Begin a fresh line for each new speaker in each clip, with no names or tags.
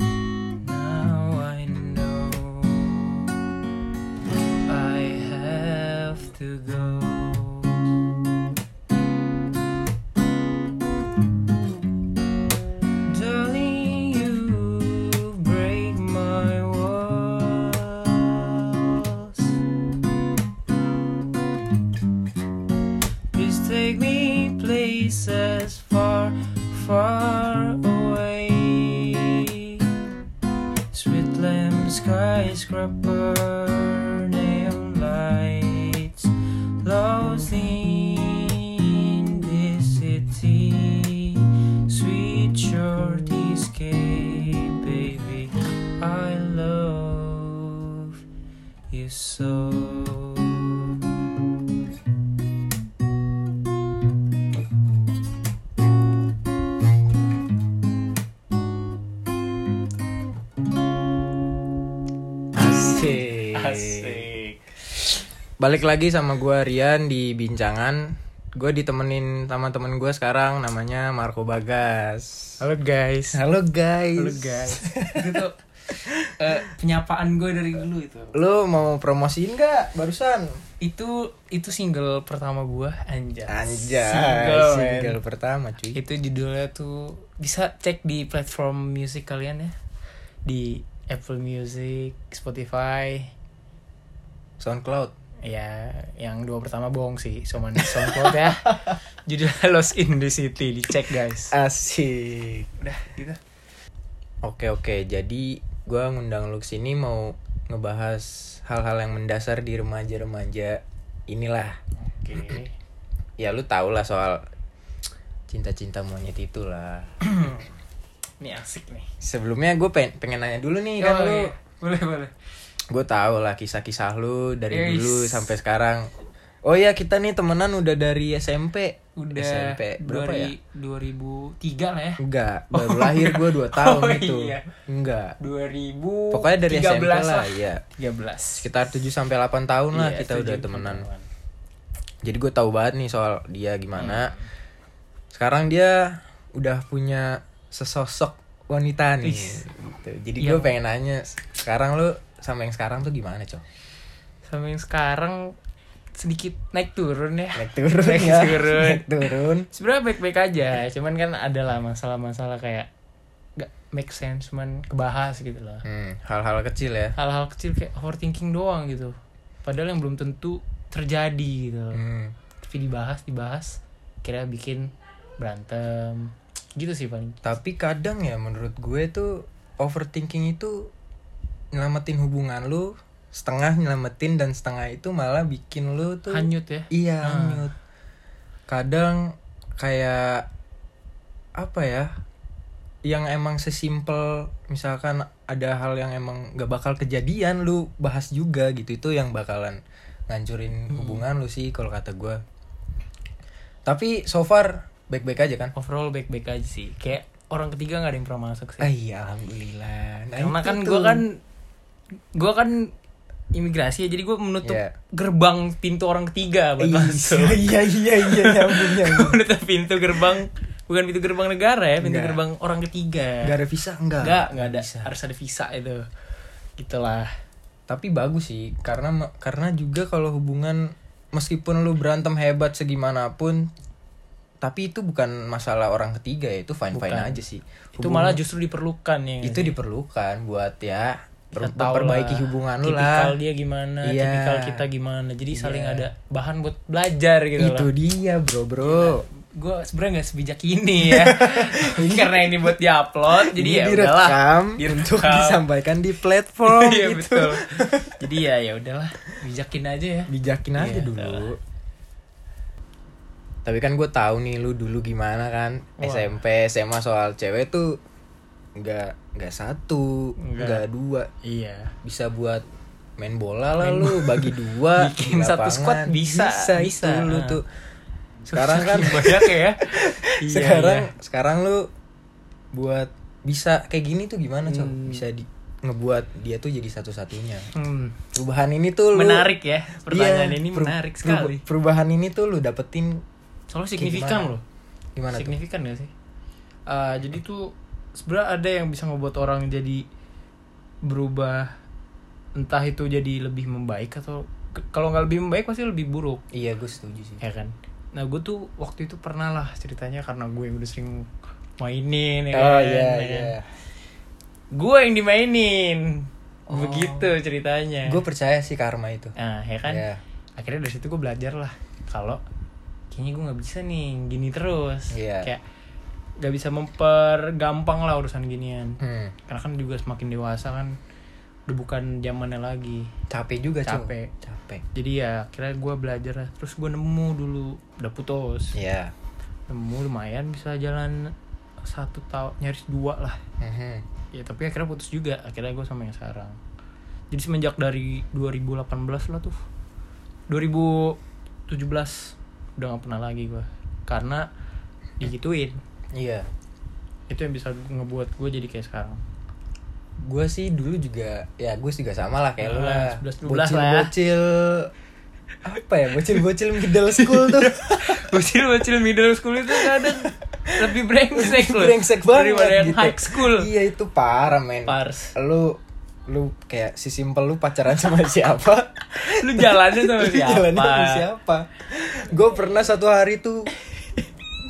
Now I know I have to go. Darling, you break my walls. Please take me places far, far away. Sweet lamp skyscraper, neon lights, lost in this city. Sweet short escape, baby, I love you so.
Asik.
Asik.
Balik lagi sama gua Rian di Bincangan Gue ditemenin sama temen gue sekarang namanya Marco Bagas
Halo guys.
Halo guys
Halo guys.
itu tuh eh, penyapaan gue dari dulu itu.
Lu mau promosiin gak barusan?
Itu itu single pertama gue anjay.
Anjay
Single,
Single,
men.
pertama cuy
Itu judulnya tuh bisa cek di platform music kalian ya. Di Apple Music, Spotify,
Soundcloud
ya yang dua pertama bohong sih cuman SoundCloud ya judulnya Lost in the City dicek guys
Asik
Ah, udah gitu
Oke oke jadi gue ngundang lu kesini mau ngebahas hal-hal yang mendasar di remaja-remaja Inilah
oke
Ya lu tau lah soal cinta-cinta monyet itulah
ini asik nih
Sebelumnya gue pengen, pengen nanya dulu nih kan
Oh,
lu
iya. boleh boleh
Gue tau lah kisah-kisah lu dari
Yes.
dulu sampai sekarang Oh iya kita nih temenan udah dari SMP
udah
SMP berapa ya?
2003 lah ya
Enggak, baru lahir gue 2 tahun
Oh,
itu
iya. Oh,
Enggak
2000
Pokoknya dari SMP lah, iya.
13
Sekitar 7 sampai 8 tahun
Iya,
lah kita udah temenan Jadi gue tahu banget nih soal dia
Hmm.
gimana Sekarang dia udah punya sesosok wanita nih
Is.
Gitu. Jadi
Iya.
gue pengen nanya Sekarang lu sama yang sekarang tuh gimana Cok?
sampai sekarang sedikit naik turun ya
Naik turun
Naik
ya.
turun.
Naik turun.
sebenarnya baik-baik aja cuman kan ada lah masalah-masalah kayak gak make sense cuman kebahas gitu loh
Hmm, hal-hal kecil ya.
hal-hal kecil kayak overthinking doang gitu padahal yang belum tentu terjadi gitu loh.
Hmm.
tapi dibahas dibahas kira bikin berantem gitu sih paling
Tapi kadang ya menurut gue tuh overthinking itu nyelamatin hubungan lu, setengah nyelamatin dan setengah itu malah bikin lu tuh
hanyut ya
Iya,
Ah.
hanyut. Kadang kayak apa ya? Yang emang sesimpel misalkan ada hal yang emang gak bakal kejadian lu bahas juga gitu. Itu yang bakalan ngancurin hubungan lu sih kalau kata gua. Tapi so far baik-baik aja kan?
overall baik-baik aja sih kayak orang ketiga nggak ada yang pernah masuk sih
Ah, iya, alhamdulillah. Nah,
karena
itu
kan
tuh.
gue kan gue kan imigrasi ya jadi gue menutup
Iya.
gerbang pintu orang ketiga buat
Iya,
masuk
Iya iya iya iya ampun, ya ampun.
Gua menutup pintu gerbang bukan pintu gerbang negara ya pintu
Enggak.
gerbang orang ketiga
Gak ada visa enggak?
enggak enggak ada
Visa.
harus ada visa itu gitulah
tapi bagus sih karena me- karena juga kalau hubungan meskipun lu berantem hebat segimanapun tapi itu bukan masalah orang ketiga ya itu fine fine
Bukan.
aja sih
itu malah justru diperlukan ya nggak
itu
sih?
diperlukan buat ya
Kita
per-
tahu
memperbaiki
lah,
hubungan lu
tipikal
lah
dia gimana
Iya.
tipikal kita gimana jadi
Iya.
saling ada bahan buat belajar gitu
itu
loh
dia bro bro
gue sebenarnya nggak sebijak ini ya karena ini buat diupload jadi ya udahlah
direkam untuk
Direkam.
disampaikan di platform
Iya,
gitu
betul jadi ya ya udahlah bijakin aja ya
bijakin
Iya,
aja dulu tapi kan gue tahu nih lu dulu gimana kan
Wah.
SMP SMA soal cewek tuh nggak nggak satu
Nggak.
nggak dua
iya
bisa buat main bola lah lu bagi dua
Bikin
di
satu
lapangan.
squad bisa,
bisa,
bisa.
itu lu
Ah.
tuh sekarang kan
banyak ya Iya,
sekarang
iya.
sekarang lu buat bisa kayak gini tuh gimana coba
Hmm.
bisa di ngebuat dia tuh jadi satu-satunya
Hmm,
perubahan ini tuh lu,
menarik ya pertanyaan
Iya,
ini
peru-
menarik
peru-
sekali
perubahan ini tuh lu dapetin
soalnya
kayak
signifikan
gimana?
loh
gimana tuh
signifikan gak sih Eh, jadi tuh sebenarnya ada yang bisa ngebuat orang jadi berubah entah itu jadi lebih membaik atau ke- kalau nggak lebih membaik pasti lebih buruk
iya gue setuju sih
ya kan nah gue tuh waktu itu pernah lah ceritanya karena gue udah sering mainin ya kan,
oh iya
ya kan.
iya
gue yang dimainin
Oh.
begitu ceritanya
gue percaya sih karma itu
nah ya kan
Iya.
akhirnya dari situ gue belajar lah kalau kayaknya gue nggak bisa nih gini terus
Iya.
kayak nggak bisa mempergampang lah urusan ginian
hmm,
karena kan juga semakin dewasa kan udah bukan zamannya lagi
capek juga Cok.
Capek.
capek
jadi ya akhirnya gue belajar lah terus gue nemu dulu udah putus
iya
nemu lumayan bisa jalan satu tahun nyaris dua lah
Mhm.
ya tapi akhirnya putus juga akhirnya gue sama yang sekarang jadi semenjak dari 2018 lah tuh 2017 udah gak pernah lagi gue karena digituin
iya
itu yang bisa ngebuat gue jadi kayak sekarang
gue sih dulu juga ya gue juga sama lah kayak lu
Ah,
lah
11-12
bocil
lah ya.
bocil apa ya bocil bocil middle school tuh
bocil bocil middle school itu kadang lebih brengsek loh
brengsek banget
daripada yang
gitu.
high school
iya itu parah men
pars
lu lu kayak si simple lu pacaran sama siapa
lu jalannya sama
Lu
siapa
jalannya sama siapa gue pernah satu hari tuh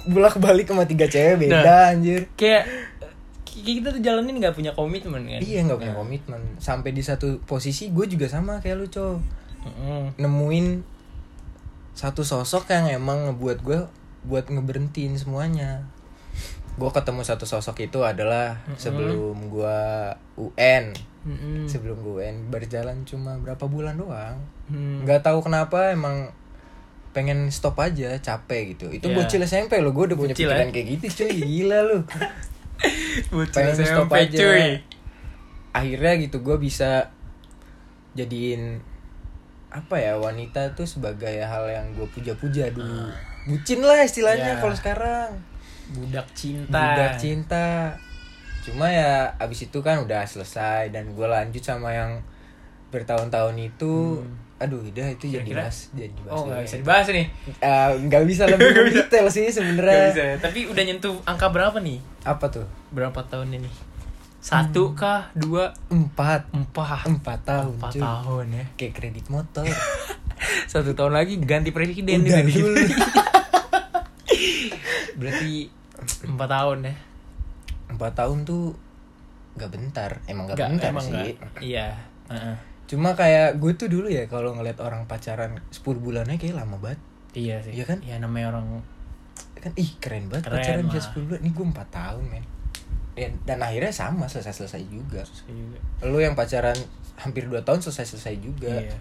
bolak balik sama tiga cewek beda
Nah.
anjir
kayak kayak kita tuh jalanin nggak punya komitmen kan
iya nggak punya komitmen sampai di satu posisi gue juga sama kayak lu cow
Mm-mm.
nemuin satu sosok yang emang ngebuat gue buat ngeberhentiin semuanya gue ketemu satu sosok itu adalah sebelum gue UN
Mm-mm.
sebelum gue UN berjalan cuma berapa bulan doang
Mm.
nggak tahu kenapa emang pengen stop aja capek gitu itu
Iya.
bocil SMP lo gue udah punya
Bocil, ya?
pikiran kayak gitu cuy gila lu
Bocil
pengen
SMP
stop aja
cuy
akhirnya gitu gue bisa jadiin apa ya wanita tuh sebagai hal yang gue
Ah.
puja-puja dulu bucin lah
Ya.
istilahnya kalau sekarang
Budak cinta
budak cinta cuma ya abis itu kan udah selesai dan gue lanjut sama yang bertahun-tahun itu aduh udah itu jadi
Hmm. Kira-kira?
bahas jadi bahas
Oh
dulu
nggak
ya.
bisa dibahas nih
Eh, nggak bisa lebih detail sih
Nggak
sebenarnya
bisa ya. Tapi udah nyentuh angka berapa nih?
apa tuh
Berapa tahun ini? Satu kah? Dua?
empat
Empat
Hmm. empat tahun
Empat
cuy.
tahun ya
kayak kredit motor
Satu tahun lagi ganti presiden
udah
nih,
dulu
Berarti empat tahun ya
empat tahun tuh nggak bentar emang nggak bentar
emang
sih
nggak. Iya Heeh.
cuma kayak gue tuh dulu ya kalau ngeliat orang pacaran 10 bulannya kayak lama banget
Iya sih
Iya kan?
Iya namanya orang
kan ih keren banget
Keren
pacaran bisa
lah.
10 bulan ini gue 4 tahun men dan, dan akhirnya sama selesai-selesai juga
Saya juga
lu yang pacaran hampir 2 tahun selesai-selesai juga
Iya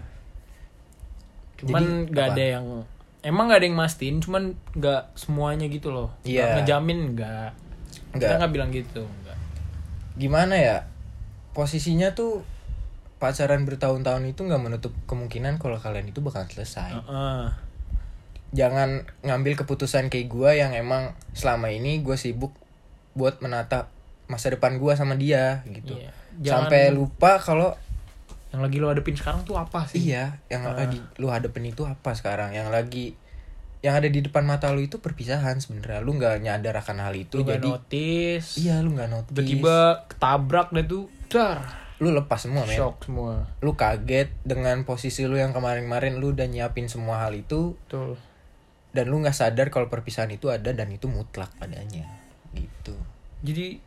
Cuman nggak
apa?
ada yang Emang nggak ada yang mastiin, cuman nggak semuanya gitu loh.
Iya.
Nggak Ngejamin nggak. Kita
Nggak.
nggak bilang gitu. Nggak.
gimana ya posisinya tuh pacaran bertahun-tahun itu nggak menutup kemungkinan kalau kalian itu bakal selesai
Heeh.
jangan ngambil keputusan kayak gua yang emang selama ini gue sibuk buat menata masa depan gua sama dia gitu
Iya. Jangan-
sampai lupa kalau
Yang lagi lo hadepin sekarang tuh apa sih? Ah.
iya yang lagi lu hadepin itu apa sekarang yang lagi yang ada di depan mata lu itu perpisahan sebenarnya lu nggak nyadar akan hal itu
Lu nggak
jadi
notice.
iya lu nggak notice
Tiba-tiba ketabrak deh tuh. Dar.
lu lepas semua men
Shock semua.
lu kaget dengan posisi lu yang kemarin-kemarin lu udah nyiapin semua hal itu
Betul.
dan lu nggak sadar kalau perpisahan itu ada dan itu mutlak padanya gitu
Jadi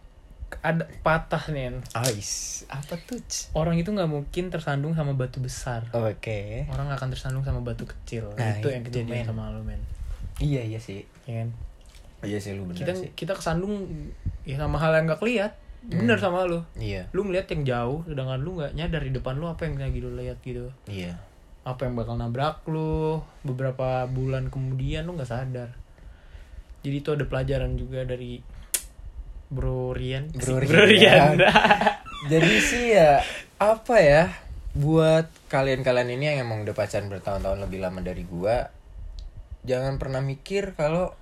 ada patah nih.
Ais, apa tuh? C?
Orang itu nggak mungkin tersandung sama batu besar.
Oke.
Orang akan tersandung sama batu kecil.
Nah,
itu yang
itu,
kejadian
men.
sama lu men.
Iya iya sih.
Ya kan?
Iya sih lu bener
Kita
sih.
kita kesandung ya sama hal yang nggak keliat. Bener sama lu.
Iya.
Lu ngeliat yang jauh, sedangkan lu nggak nyadar di depan lu apa yang lagi lu lihat gitu.
Iya.
apa yang bakal nabrak lu beberapa bulan kemudian lu nggak sadar jadi itu ada pelajaran juga dari Bro Rian
Bro
Asik, Rian.
Rian. Jadi sih ya apa ya buat kalian-kalian ini yang emang udah pacaran bertahun-tahun lebih lama dari gua jangan pernah mikir kalau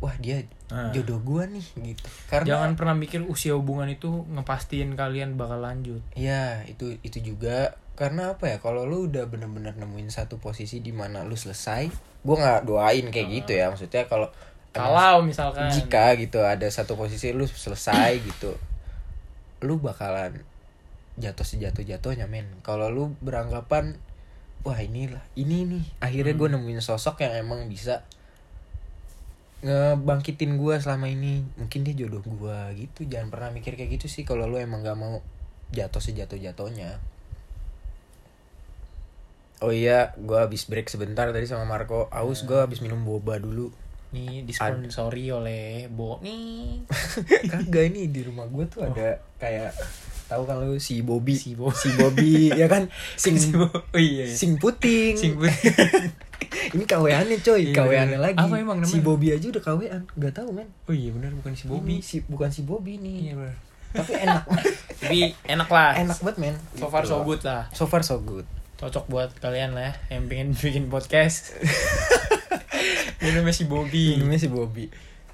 wah dia
Ah.
jodoh gua nih gitu karena
Jangan pernah mikir usia hubungan itu ngepastiin kalian bakal lanjut.
ya itu itu juga karena apa ya kalau lu udah bener-bener nemuin satu posisi di mana lu selesai gua nggak doain kayak gitu ya maksudnya kalau emang
Kalau misalkan
jika gitu ada satu posisi lu selesai gitu lu bakalan jatuh sejatuh jatuhnya men kalau lu beranggapan wah inilah ini nih akhirnya gue nemuin sosok yang emang bisa ngebangkitin gue selama ini mungkin dia jodoh gue gitu jangan pernah mikir kayak gitu sih kalau lu emang gak mau jatuh sejatuh jatuhnya oh iya gue habis break sebentar tadi sama Marco aus gue habis minum boba dulu
nih disponsori oleh Bo nih
kagak ini di rumah gue tuh ada kayak tahu kalau si Bobby
Si Bo-
si Bobby ya kan sing
Si Bo- oh iya. iya.
sing puting
Sing Bo-
ini kaweannya coy
Iya,
kaweannya
bener.
lagi
Apa emang namanya?
si Bobby aja udah kawean nggak tahu men
Oh iya benar bukan si
Ini
Bobby.
si bukan si
Iya
Bobby nih
benar.
tapi enak
Tapi enak lah.
enak Gitu. banget men
So far so good lah.
so far so good
Cocok buat kalian lah ya, yang pengen bikin podcast. Minumnya si Bobby.
ini si Bobby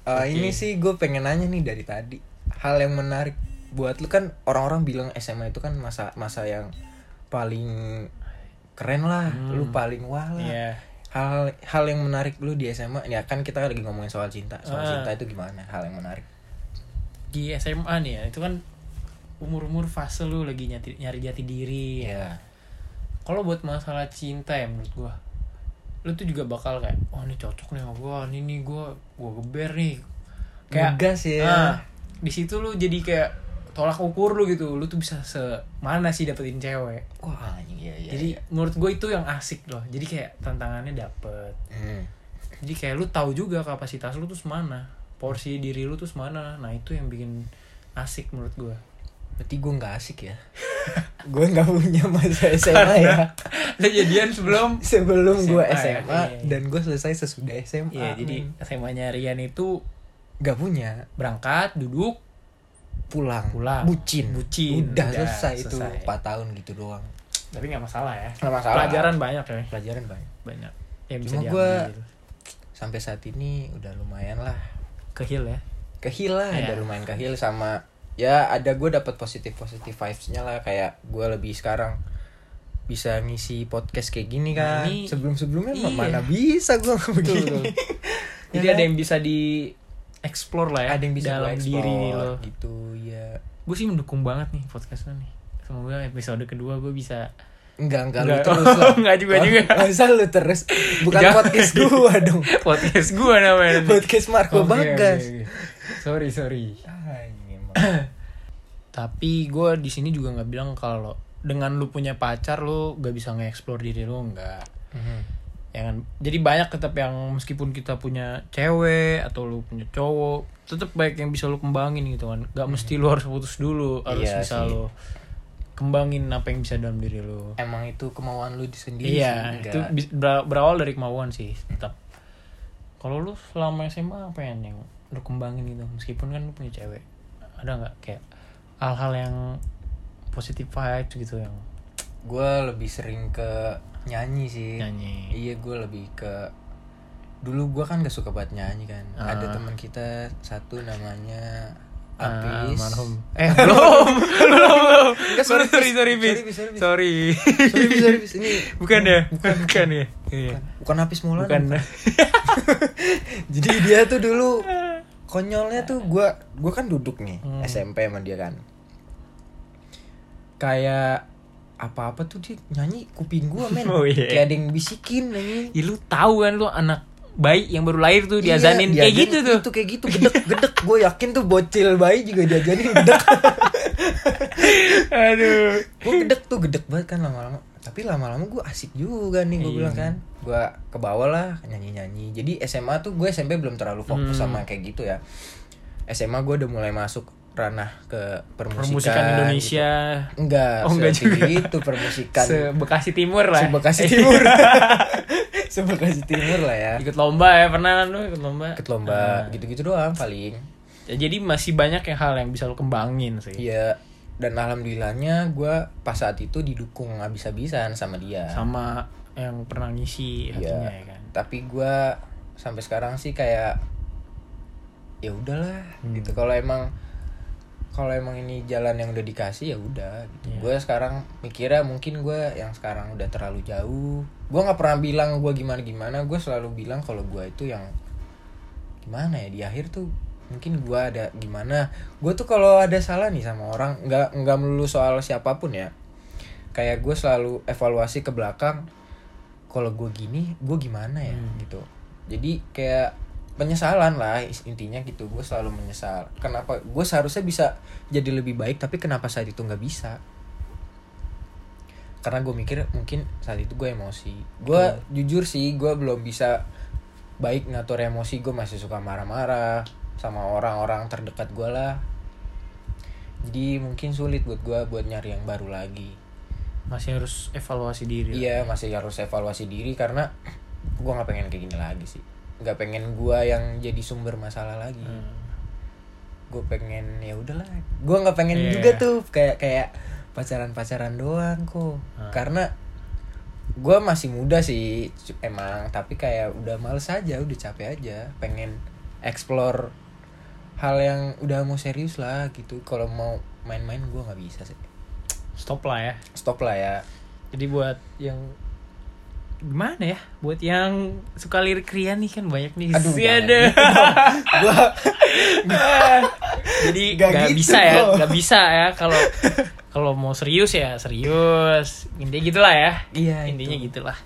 Eh,
Oke.
ini sih gue pengen nanya nih dari tadi hal yang menarik buat lu kan orang-orang bilang SMA itu kan masa masa yang paling keren lah
Hmm.
lu paling wah lah
Iya.
hal hal yang menarik lu di SMA ya kan kita lagi ngomongin soal cinta
Ah.
soal cinta itu gimana hal yang menarik
Di SMA nih ya, itu kan umur-umur fase lu lagi nyati- nyari jati diri.
Iya
kalau buat masalah cinta ya menurut gua lu tuh juga bakal kayak oh ini cocok nih sama gua ini nih gua gua geber nih kayak
gas ya
ah, di situ lu jadi kayak tolak ukur lu gitu lu tuh bisa semana sih dapetin cewek
wah anjing iya iya
jadi
iya.
menurut gue itu yang asik loh jadi kayak tantangannya dapet
Hmm.
jadi kayak lu tahu juga kapasitas lu tuh semana porsi diri lu tuh semana nah itu yang bikin asik menurut gua
berarti gue nggak asik ya gue nggak punya masa SMA ya
lu jadian sebelum
sebelum gue
SMA ya,
SMA
iya, iya.
dan gue selesai sesudah SMA
Iya, jadi
men.
SMA-nya Rian itu
Hmm. nggak punya
berangkat duduk
pulang,
Pulang.
bucin
Bucin.
udah,
Udah
selesai, itu
selesai.
4 tahun gitu doang
tapi nggak masalah ya
Nggak masalah.
pelajaran banyak ya
pelajaran banyak
banyak yang bisa
Cuma
diambil gitu.
sampai saat ini udah lumayan lah
kehil ya
kehil lah
Iya.
ada lumayan kehil sama ya ada gue dapat positif positif vibesnya lah kayak gue lebih sekarang bisa ngisi podcast kayak gini kan
Nah, ini-
sebelum sebelumnya
iya.
mana bisa gue
betul.
begini
jadi
Ya
ada
kan?
yang bisa di explore lah ya
ada yang bisa
dalam
gua
diri
explore
lo
gitu ya
gue sih mendukung banget nih podcast lo nih semoga episode kedua gue bisa
enggak enggak lu
Enggak.
terus lah
Enggak juga
Wah,
juga.
masa lu terus bukan
Jangan.
podcast gue dong
podcast gue namanya nih.
podcast Marco
Oke,
Bagas
oke, oke. sorry sorry
Ah, ini emang.
tapi gue di sini juga nggak bilang kalau dengan lu punya pacar lu gak bisa nge-explore diri lu nggak
Mhm.
ya kan? jadi banyak tetap yang meskipun kita punya cewek atau lu punya cowok tetap baik yang bisa lu kembangin gitu kan gak mesti lu harus putus dulu harus
Iya
bisa
sih.
lu kembangin apa yang bisa dalam diri lu
emang itu kemauan lu di sendiri
iya
sih,
itu
enggak.
bis- bera- berawal dari kemauan sih tetap kalau lu selama SMA apa yang yang lu kembangin gitu meskipun kan lu punya cewek ada nggak kayak hal-hal yang positif vibes gitu yang
gue lebih sering ke nyanyi sih
nyanyi
Iya gue lebih ke dulu gue kan gak suka banget nyanyi kan.
Ah.
Ada teman kita satu namanya
Ah,
Apis.
almarhum eh belum belum
Enggak,
sorry sorry sorry
Bis.
bis
sorry, Bis.
sorry
Sorry, Bis, sorry, Bis. Ini
bukan ya bukan bukan ya iya
bukan, bukan Apis Maulana.
bukan
Jadi dia tuh dulu konyolnya tuh gue gue kan duduk nih
Hmm.
SMP sama dia kan. Kayak apa-apa tuh dia nyanyi kuping gue men
Oh, iya.
kayak ada yang bisikin nyanyi
ya, lu tahu kan lu anak bayi yang baru lahir tuh
Iya,
diazanin kayak
diajanin
gitu tuh
itu kayak gitu gedek gedek gue yakin tuh bocil bayi juga diajanin gedek
aduh
gue gedek tuh gedek banget kan lama-lama tapi lama-lama gue asik juga nih gue
Iya.
bilang kan gue ke bawah lah nyanyi nyanyi jadi SMA tuh gue SMP belum terlalu fokus
Hmm.
sama kayak gitu ya SMA gue udah mulai masuk ranah ke permusikan,
permusikan Indonesia
gitu. enggak
Oh, enggak
setinggi
juga.
itu permusikan
se Bekasi Timur lah
Kan. sebekasi timur sebekasi timur lah ya
ikut lomba ya pernah kan lu ikut lomba
ikut
Ah.
lomba gitu-gitu doang paling
Ya, jadi masih banyak yang hal yang bisa lu kembangin sih
Iya. Dan alhamdulillahnya gue pas saat itu didukung habis-habisan sama dia.
sama yang pernah ngisi
Iya.
hatinya ya kan
Tapi gue sampai sekarang sih kayak ya udahlah
Hmm.
gitu kalau emang kalau emang ini jalan yang udah dikasih ya udah gitu
Iya.
gue sekarang mikirnya mungkin gue yang sekarang udah terlalu jauh gue nggak pernah bilang gue gimana gimana gue selalu bilang kalau gue itu yang gimana ya di akhir tuh mungkin gue ada gimana gue tuh kalau ada salah nih sama orang nggak nggak melulu soal siapapun ya kayak gue selalu evaluasi ke belakang kalau gue gini gue gimana ya
Hmm.
gitu jadi kayak penyesalan lah is- intinya gitu gue selalu menyesal kenapa gue seharusnya bisa jadi lebih baik tapi kenapa saat itu nggak bisa karena gue mikir mungkin saat itu gue emosi gue
Betul.
jujur sih gue belum bisa baik ngatur emosi gue masih suka marah-marah sama orang-orang terdekat gue lah jadi mungkin sulit buat gue buat nyari yang baru lagi
masih harus evaluasi diri lah.
Iya masih harus evaluasi diri karena gue nggak pengen kayak gini lagi sih. Nggak pengen gue yang jadi sumber masalah lagi.
Hmm.
Gue pengen ya udahlah. Gue nggak pengen
Iya.
juga tuh kayak kayak pacaran pacaran doang kok.
Hmm.
Karena gue masih muda sih cu- emang tapi kayak udah males aja udah capek aja pengen explore hal yang udah mau serius lah gitu kalau mau main-main gue nggak bisa sih
stop lah ya
stop lah ya
jadi buat yang gimana ya buat yang suka lirik Ria nih kan banyak nih
Aduh,
Si
jangan
ada.
gitu gue
jadi
Gak
gak,
gitu
bisa ya
dong.
gak bisa ya kalau kalau mau serius ya serius intinya gitulah ya
iya
intinya
itu.
gitulah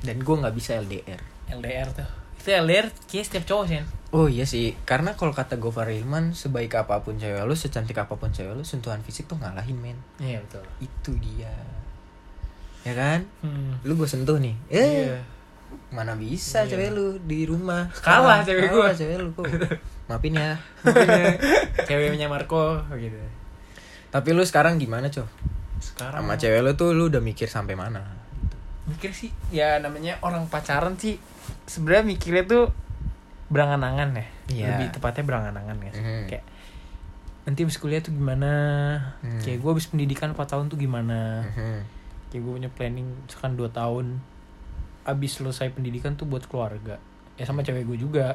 dan gue nggak bisa LDR
LDR tuh itu LDR kayak setiap cowok sih
oh iya sih karena kalau kata Gofar Hilman sebaik apapun cewek lu secantik apapun cewek lu sentuhan fisik tuh ngalahin men
iya betul
itu dia ya kan
hmm.
lu gue sentuh nih eh mana bisa
Iya.
cewek lu di rumah
Kalah cewek gua.
Kalah cewek lu kok maafin ya
ceweknya Marco gitu
tapi lu sekarang gimana cow
sekarang ya.
sama cewek lu tuh lu udah mikir sampai mana
mikir sih ya namanya orang pacaran sih sebenarnya mikirnya tuh berangan-angan ya
Iya.
lebih tepatnya berangan-angan ya sih.
Mhm.
kayak nanti abis kuliah tuh gimana
Hmm.
kayak gue abis pendidikan 4 tahun tuh gimana
Mhm.
kayak gue Ya, punya planning misalkan 2 tahun abis selesai pendidikan tuh buat keluarga ya sama
Iya.
cewek gue juga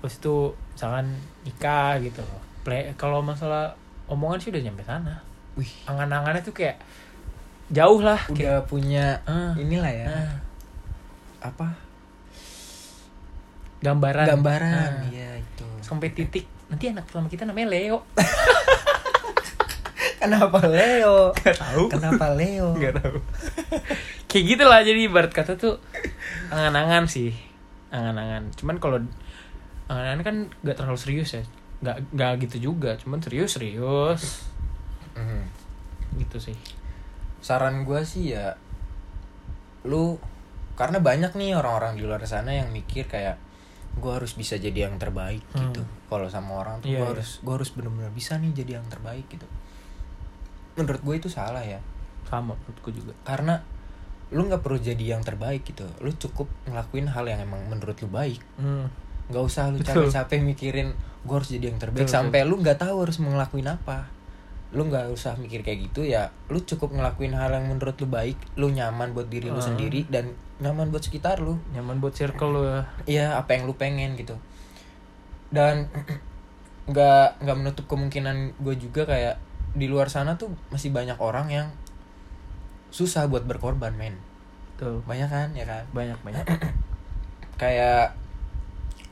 terus itu misalkan nikah gitu loh Play- kalau masalah omongan sih udah nyampe sana
wih
angan-angannya tuh kayak jauh lah kayak,
udah punya
ah,
inilah ya
ah,
apa
gambaran
gambaran
Ah.
iya itu
sampai titik nanti anak pertama kita namanya Leo
Kenapa Leo?
Gak tahu
Kenapa Leo?
nggak tahu kayak gitulah jadi ibarat kata tuh angan-angan sih angan-angan cuman kalau angan-angan kan nggak terlalu serius ya nggak nggak gitu juga cuman serius serius
Mhm.
gitu sih
Saran gue sih ya lu karena banyak nih orang-orang di luar sana yang mikir kayak gue harus bisa jadi yang terbaik
Hmm.
gitu. Kalau sama orang tuh
Iya,
gue
iya.
harus gua harus benar-benar bisa nih jadi yang terbaik gitu. Menurut gue itu salah ya.
sama menurutku juga
Karena lu nggak perlu jadi yang terbaik gitu. Lu cukup ngelakuin hal yang emang menurut lu baik.
hmm.
nggak usah lu
Betul.
capek-capek mikirin gue harus jadi yang terbaik
Betul,
sampai lu nggak tahu harus ngelakuin apa lu nggak usah mikir kayak gitu ya lu cukup ngelakuin hal yang menurut lu baik lu nyaman buat diri lu
Hmm.
sendiri dan nyaman buat sekitar lu
nyaman buat circle lo ya
ya apa yang lu pengen gitu dan nggak nggak menutup kemungkinan gue juga kayak di luar sana tuh masih banyak orang yang susah buat berkorban men
tuh
banyak kan ya kan
banyak banyak
kayak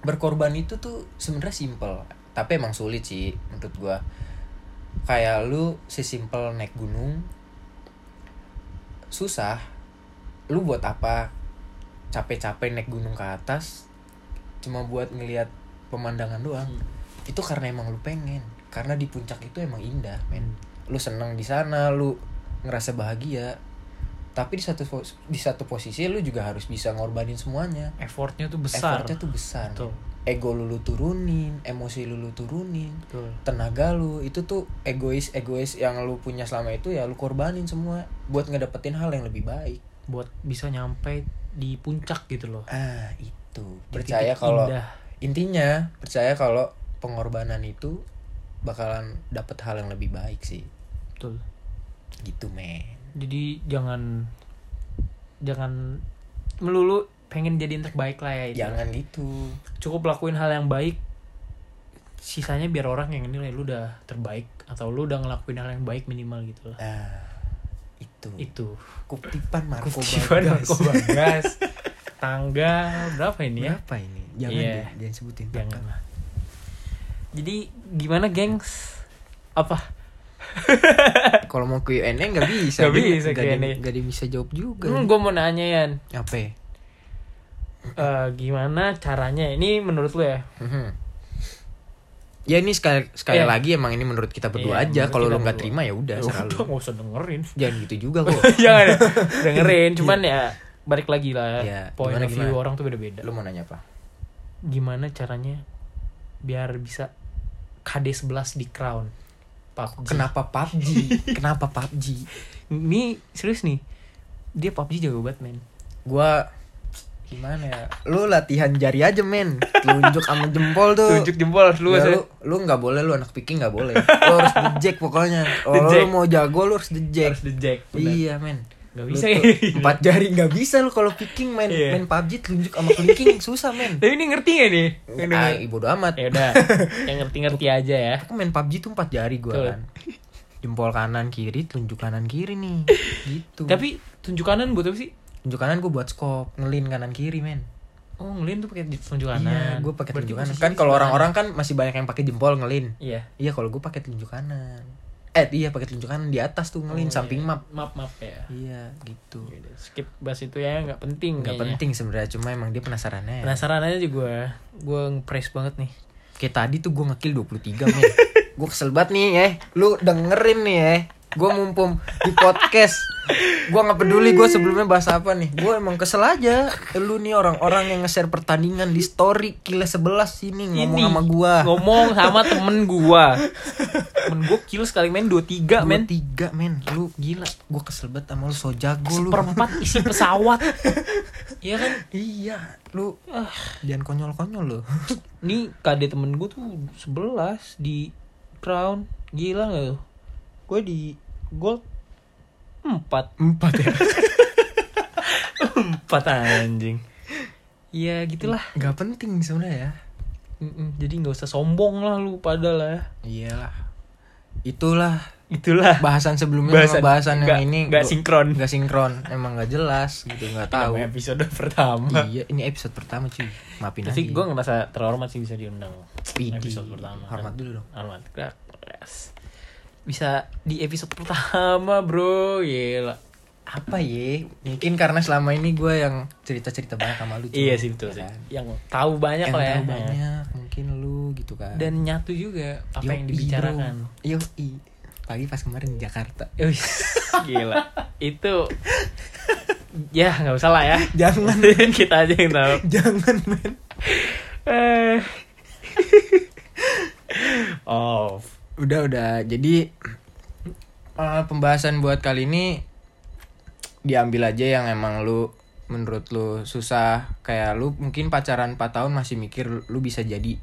berkorban itu tuh sebenarnya simple tapi emang sulit sih menurut gua kayak lu sesimpel naik gunung susah lu buat apa capek-capek naik gunung ke atas cuma buat ngelihat pemandangan doang itu karena emang lu pengen karena di puncak itu emang indah men lu seneng di sana lu ngerasa bahagia tapi di satu pos- di satu posisi lu juga harus bisa ngorbanin semuanya
effortnya tuh besar
effortnya tuh besar
Betul.
ego lu, lu turunin emosi lu, lu turunin
Betul.
tenaga lu itu tuh egois egois yang lu punya selama itu ya lu korbanin semua buat ngedapetin hal yang lebih baik
buat bisa nyampe di puncak gitu loh
ah itu
Di
percaya
titik
kalau
indah.
intinya percaya kalau pengorbanan itu bakalan dapet hal yang lebih baik sih
betul
gitu men
jadi jangan jangan melulu pengen jadi yang terbaik lah ya itu.
jangan gitu
cukup lakuin hal yang baik sisanya biar orang yang nilai lu udah terbaik atau lu udah ngelakuin hal yang baik minimal gitu lah
Nah, itu.
itu
Kutipan Marco
Kutipan
Bagas.
Marco Bagas tanggal berapa ini ya
Berapa ini? Jangan
Iya.
deh, jangan sebutin
jangan
tanggal.
lah. jadi gimana gengs apa
Kalau mau Q&A nggak bisa.
Nggak
dia-
bisa
nggak dia-
Q&A.
nggak dia bisa jawab juga.
hmm, gue mau nanya Yan
Apa? ya?
Eh, gimana caranya ini menurut lu ya
Mhm. Ya ini sekali sekali
Iya.
lagi emang ini menurut kita berdua
Iya,
aja.
menurut
Kalau
kita
lu nggak
berdua.
terima ya udah,
Ya
serah
udah
lu.
nggak usah dengerin
Jangan gitu juga kok.
jangan ya. dengerin cuman ya balik lagi lah
Iya,
ya, point
gimana,
of view
gimana?
orang tuh beda-beda
lu mau nanya apa?
gimana caranya biar bisa KD11 di crown PUBG
Kenapa PUBG? Kenapa PUBG?
ini serius nih dia PUBG jago banget men
Gua gimana ya? Lu latihan jari aja men. Tunjuk sama jempol tuh.
tunjuk jempol lu
lu ya,
saya.
lu lu nggak boleh lu anak piking nggak boleh lu harus dejek pokoknya kalau
Dejek.
lu mau jago lu harus dejek
harus di jack benar.
iya men
Nggak
Lu
bisa
tuh
ya.
empat jari nggak bisa lu kalau picking main
Iya.
main PUBG telunjuk sama kelingking susah men
tapi ini ngerti gak nih Ini
ah ibu amat
ya udah yang ngerti-ngerti aja ya
aku main PUBG tuh empat jari gua
Betul.
kan jempol kanan kiri telunjuk kanan kiri nih gitu
tapi tunjuk kanan buat apa sih
telunjuk kanan gua buat scope ngelin kanan kiri men
oh ngelin tuh pakai tunjuk
iya
kanan
gua
Berarti
pakai telunjuk kanan
posisinya
kan
sebelah
kalau orang-orang kan masih banyak yang pakai jempol ngelin
kanan. iya
iya kalau gua pakai telunjuk kanan eh iya pakai telunjuk kanan di atas tuh ngelin
Oh,
samping
iya.
map
map map ya
Iya gitu.
Yaudah, Ya skip bahas itu ya nggak penting
Gak
kayaknya.
penting sebenarnya cuma emang dia penasarannya.
penasaran aja gue gue ngepres banget nih
Kayak tadi tuh gue ngekill 23 men. gue kesel banget nih ya. Lu dengerin nih ya. Gue mumpung di podcast. Gue nggak peduli gue sebelumnya bahas apa nih. Gue emang kesel aja. Lu nih orang-orang yang nge-share pertandingan di story kila 11 sini ngomong
Ini
sama gue.
ngomong sama temen gue temen gue kill sekali main 23 men
tiga men lu gila gue kesel banget sama lu so jago lu
seperempat isi pesawat Iya kan
iya lu
Ah.
jangan konyol-konyol lu
Ini KD temen gue tuh 11 di crown Gila gak tuh Gue di gold 4
empat ya
4 anjing Ya gitulah
nggak penting sebenarnya ya
Mm-mm, Jadi gak usah sombong lah lu pada lah
Iyalah. Itulah
Itulah
bahasan sebelumnya bahasan, sama bahasan yang
nggak-
ini
nggak
gua-
sinkron
nggak sinkron, emang nggak jelas gitu, nggak tahu.
Namanya episode pertama
iya, ini episode pertama cuy. Maafin
Tapi
aja.
gue ngerasa terhormat sih bisa diundang
Widih,
episode pertama
Hormat
kan.
dulu dong.
Alman Crack Podcast. Bisa di episode pertama bro Gila
Apa ye? Mungkin karena selama ini gue yang cerita-cerita banyak sama lu. cuy.
Iya sih betul sih
Ya kan?
Yang tahu banyak
Yang
lah ya
tahu banyak, mungkin lu gitu kan.
Dan nyatu juga apa yang
Yoi,
dibicarakan
bro. Yoi. Pagi pas kemarin di Jakarta.
Wih, Gila Itu Ya nggak usah lah ya
Jangan,
Kita aja yang tahu
jangan men.
Eh. Oh
Udah udah. Jadi eh, pembahasan buat kali ini diambil aja yang emang lu menurut lu susah kayak lu mungkin pacaran 4 tahun masih mikir lu bisa jadi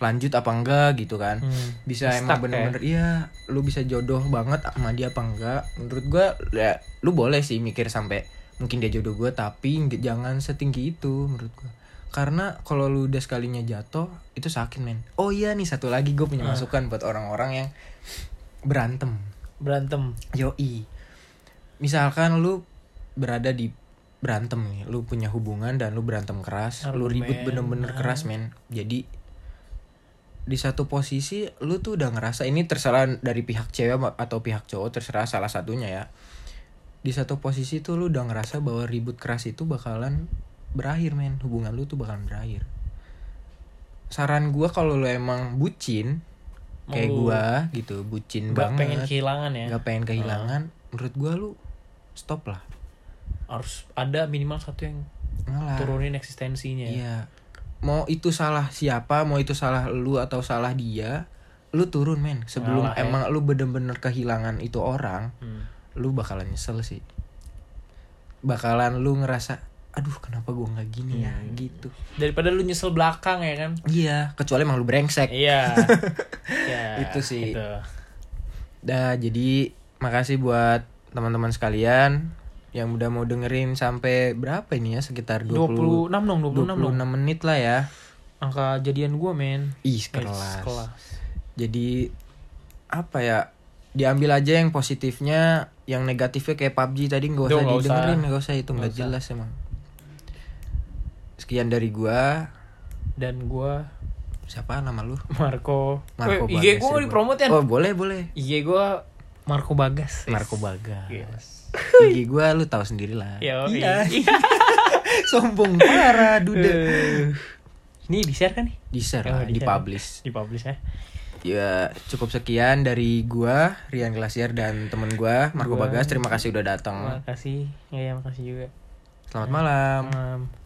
lanjut apa enggak gitu kan.
Hmm.
Bisa
Stuck
emang
ya?
bener-bener iya lu bisa jodoh banget sama dia apa enggak. Menurut gua ya, lu boleh sih mikir sampai mungkin dia jodoh gua tapi nggak- jangan setinggi itu menurut gua. Karena kalau lu udah sekalinya jatuh itu sakit men. Oh iya nih satu lagi gue punya
Ah.
masukan buat orang-orang yang berantem.
Berantem
Yoi. Misalkan lu berada di berantem nih, lu punya hubungan dan lu berantem keras, lu ribut
Argumen,
bener-bener keras men. Jadi di satu posisi lu tuh udah ngerasa ini terserah dari pihak cewek ma- atau pihak cowok terserah salah satunya ya. Di satu posisi tuh lu udah ngerasa bahwa ribut keras itu bakalan berakhir men, hubungan lu tuh bakalan berakhir. Saran gua kalau lu emang bucin
Mau
kayak
lu-
gua gitu, bucin
Gak
banget
pengen kehilangan ya
nggak pengen kehilangan menurut gua lu stop lah
Harus ada minimal satu yang
ngalah
turunin eksistensinya
Ah. iya mau itu salah siapa mau itu salah lu atau salah dia lu turun men sebelum
Ngalah, ya.
emang lu bener-bener kehilangan itu orang
Hmm.
lu bakalan nyesel sih bakalan lu ngerasa aduh kenapa gua nggak gini
Iya,
ya gitu
daripada lu nyesel belakang ya kan
iya kecuali emang lu brengsek
iya Ya,
Itu sih.
gitu.
Dah, jadi makasih buat teman-teman sekalian yang udah mau dengerin sampai berapa ini ya sekitar 20
26 dong 26 dong
26 menit lah ya.
angka jadian gue men
Ih,
Eh,
sekelas.
sekelas.
Jadi apa ya? Diambil aja yang positifnya, yang negatifnya kayak PUBG tadi
Duh,
nggak usah
nggak usah.
didengerin, nggak usah itu nggak
Nggak usah.
jelas emang. Sekian dari gua.
dan gue
Siapa nama
Eh,
lu?
Marco
Marco
Eh, IG
Bagas
gue
ya,
mau dipromot ya
Oh, boleh, boleh.
IG gue Marco Bagas
Marco Bagas.
Yes.
IG gua lu tahu sendiri lah.
Iya. Yo,
Iya.
iya.
Sombong parah duda.
Eh, Ini di share kan nih?
Di share,
Oh,
lah,
di-share.
dipublish.
Di publish ya.
Ya, cukup sekian dari gua, Rian Glasier dan temen gua, Marco
Gua.
Bagas. Terima kasih udah datang.
Makasih. Iya, makasih Iya, juga.
Selamat malam.
Um,